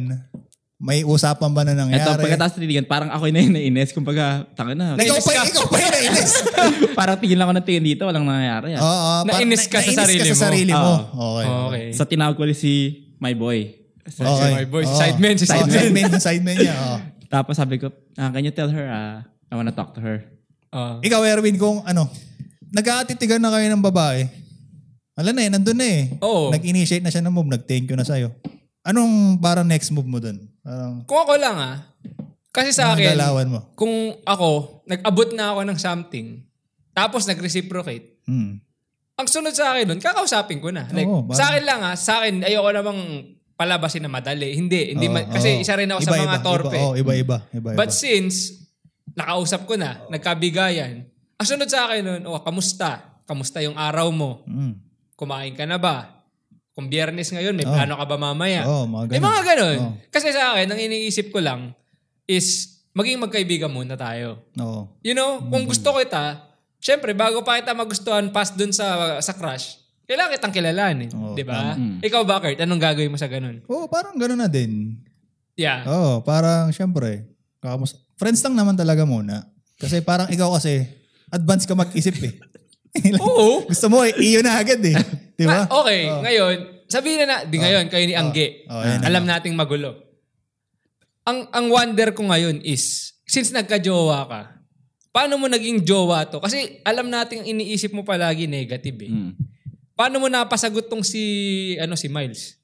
Speaker 2: may usapan ba na nangyari?
Speaker 3: Eto, pagkatapos tinitingnan, parang ako na yung nainis. Kumbaga, tanga na.
Speaker 2: Na, ikaw pa, ikaw pa yun, nainis.
Speaker 3: parang tingin lang ako ng tingin dito, walang nangyayari. ah.
Speaker 2: Oo, oo, parang
Speaker 1: Nainis ka sa sarili mo. Ah.
Speaker 2: mo.
Speaker 3: Oo.
Speaker 2: Okay.
Speaker 1: Okay.
Speaker 3: So tinawag ko ulit si my boy. So,
Speaker 1: Si my boy, si sideman, si
Speaker 2: Oh,
Speaker 1: sideman.
Speaker 2: sideman, yung sideman niya. oh. oo.
Speaker 3: Tapos sabi ko, ah, can you tell her ah, I wanna talk to her?
Speaker 1: Ah.
Speaker 2: Ikaw, Erwin, kung ano, nagkatitigan na kayo ng babae, alam na eh, nandun na eh.
Speaker 1: Oo.
Speaker 2: Nag-initiate na siya ng move, nag-thank you na sa'yo. Anong parang next move mo dun? Parang,
Speaker 1: Kung ako lang ah, kasi sa
Speaker 2: anong
Speaker 1: akin,
Speaker 2: galawan mo?
Speaker 1: kung ako, nag-abot na ako ng something, tapos nag-reciprocate,
Speaker 2: Hmm.
Speaker 1: ang sunod sa akin nun, kakausapin ko na. Like,
Speaker 2: Oo,
Speaker 1: sa
Speaker 2: parang-
Speaker 1: akin lang ha, sa akin, ayoko namang palabasin na madali. Hindi, hindi.
Speaker 2: Oo,
Speaker 1: ma- kasi
Speaker 2: oo.
Speaker 1: isa rin ako sa
Speaker 2: Iba,
Speaker 1: mga
Speaker 2: iba,
Speaker 1: torpe.
Speaker 2: Iba, oh, iba, iba, iba, iba.
Speaker 1: But since, nakausap ko na, nagkabigayan, ang sunod sa akin nun, oh, kamusta? Kamusta yung araw mo?
Speaker 2: Hmm.
Speaker 1: Kumain ka na ba? Kung biyernes ngayon, may
Speaker 2: Oo.
Speaker 1: plano ka ba mamaya?
Speaker 2: Oo, Oh, mga
Speaker 1: May
Speaker 2: ganun.
Speaker 1: mga ganun.
Speaker 2: Oo.
Speaker 1: Kasi sa akin, ang iniisip ko lang is maging magkaibigan muna tayo.
Speaker 2: Oo.
Speaker 1: You know, kung gusto kita, syempre bago pa kita magustuhan pas dun sa sa crush, kailangan kitang kilalanin,
Speaker 2: Oo,
Speaker 1: 'di ba? Ikaw ba, Kurt? Anong gagawin mo sa ganun?
Speaker 2: Oo, parang gano'n na din.
Speaker 1: Yeah.
Speaker 2: Oo, parang syempre, kakamusta. Friends lang naman talaga muna. Kasi parang ikaw kasi, advance ka mag-isip eh.
Speaker 1: Oo.
Speaker 2: Gusto mo eh, iyo na agad eh. Di ba? Oh.
Speaker 1: Ah, okay, ngayon, sabihin na na, di ngayon kayo ni Angge.
Speaker 2: Oo, yan Oh, na.
Speaker 1: alam nating magulo. Ang ang wonder ko ngayon is since nagka-jowa ka, paano mo naging jowa to? Kasi alam nating ang iniisip mo palagi negative eh.
Speaker 3: Mm.
Speaker 1: Paano mo napasagot tong si ano si Miles?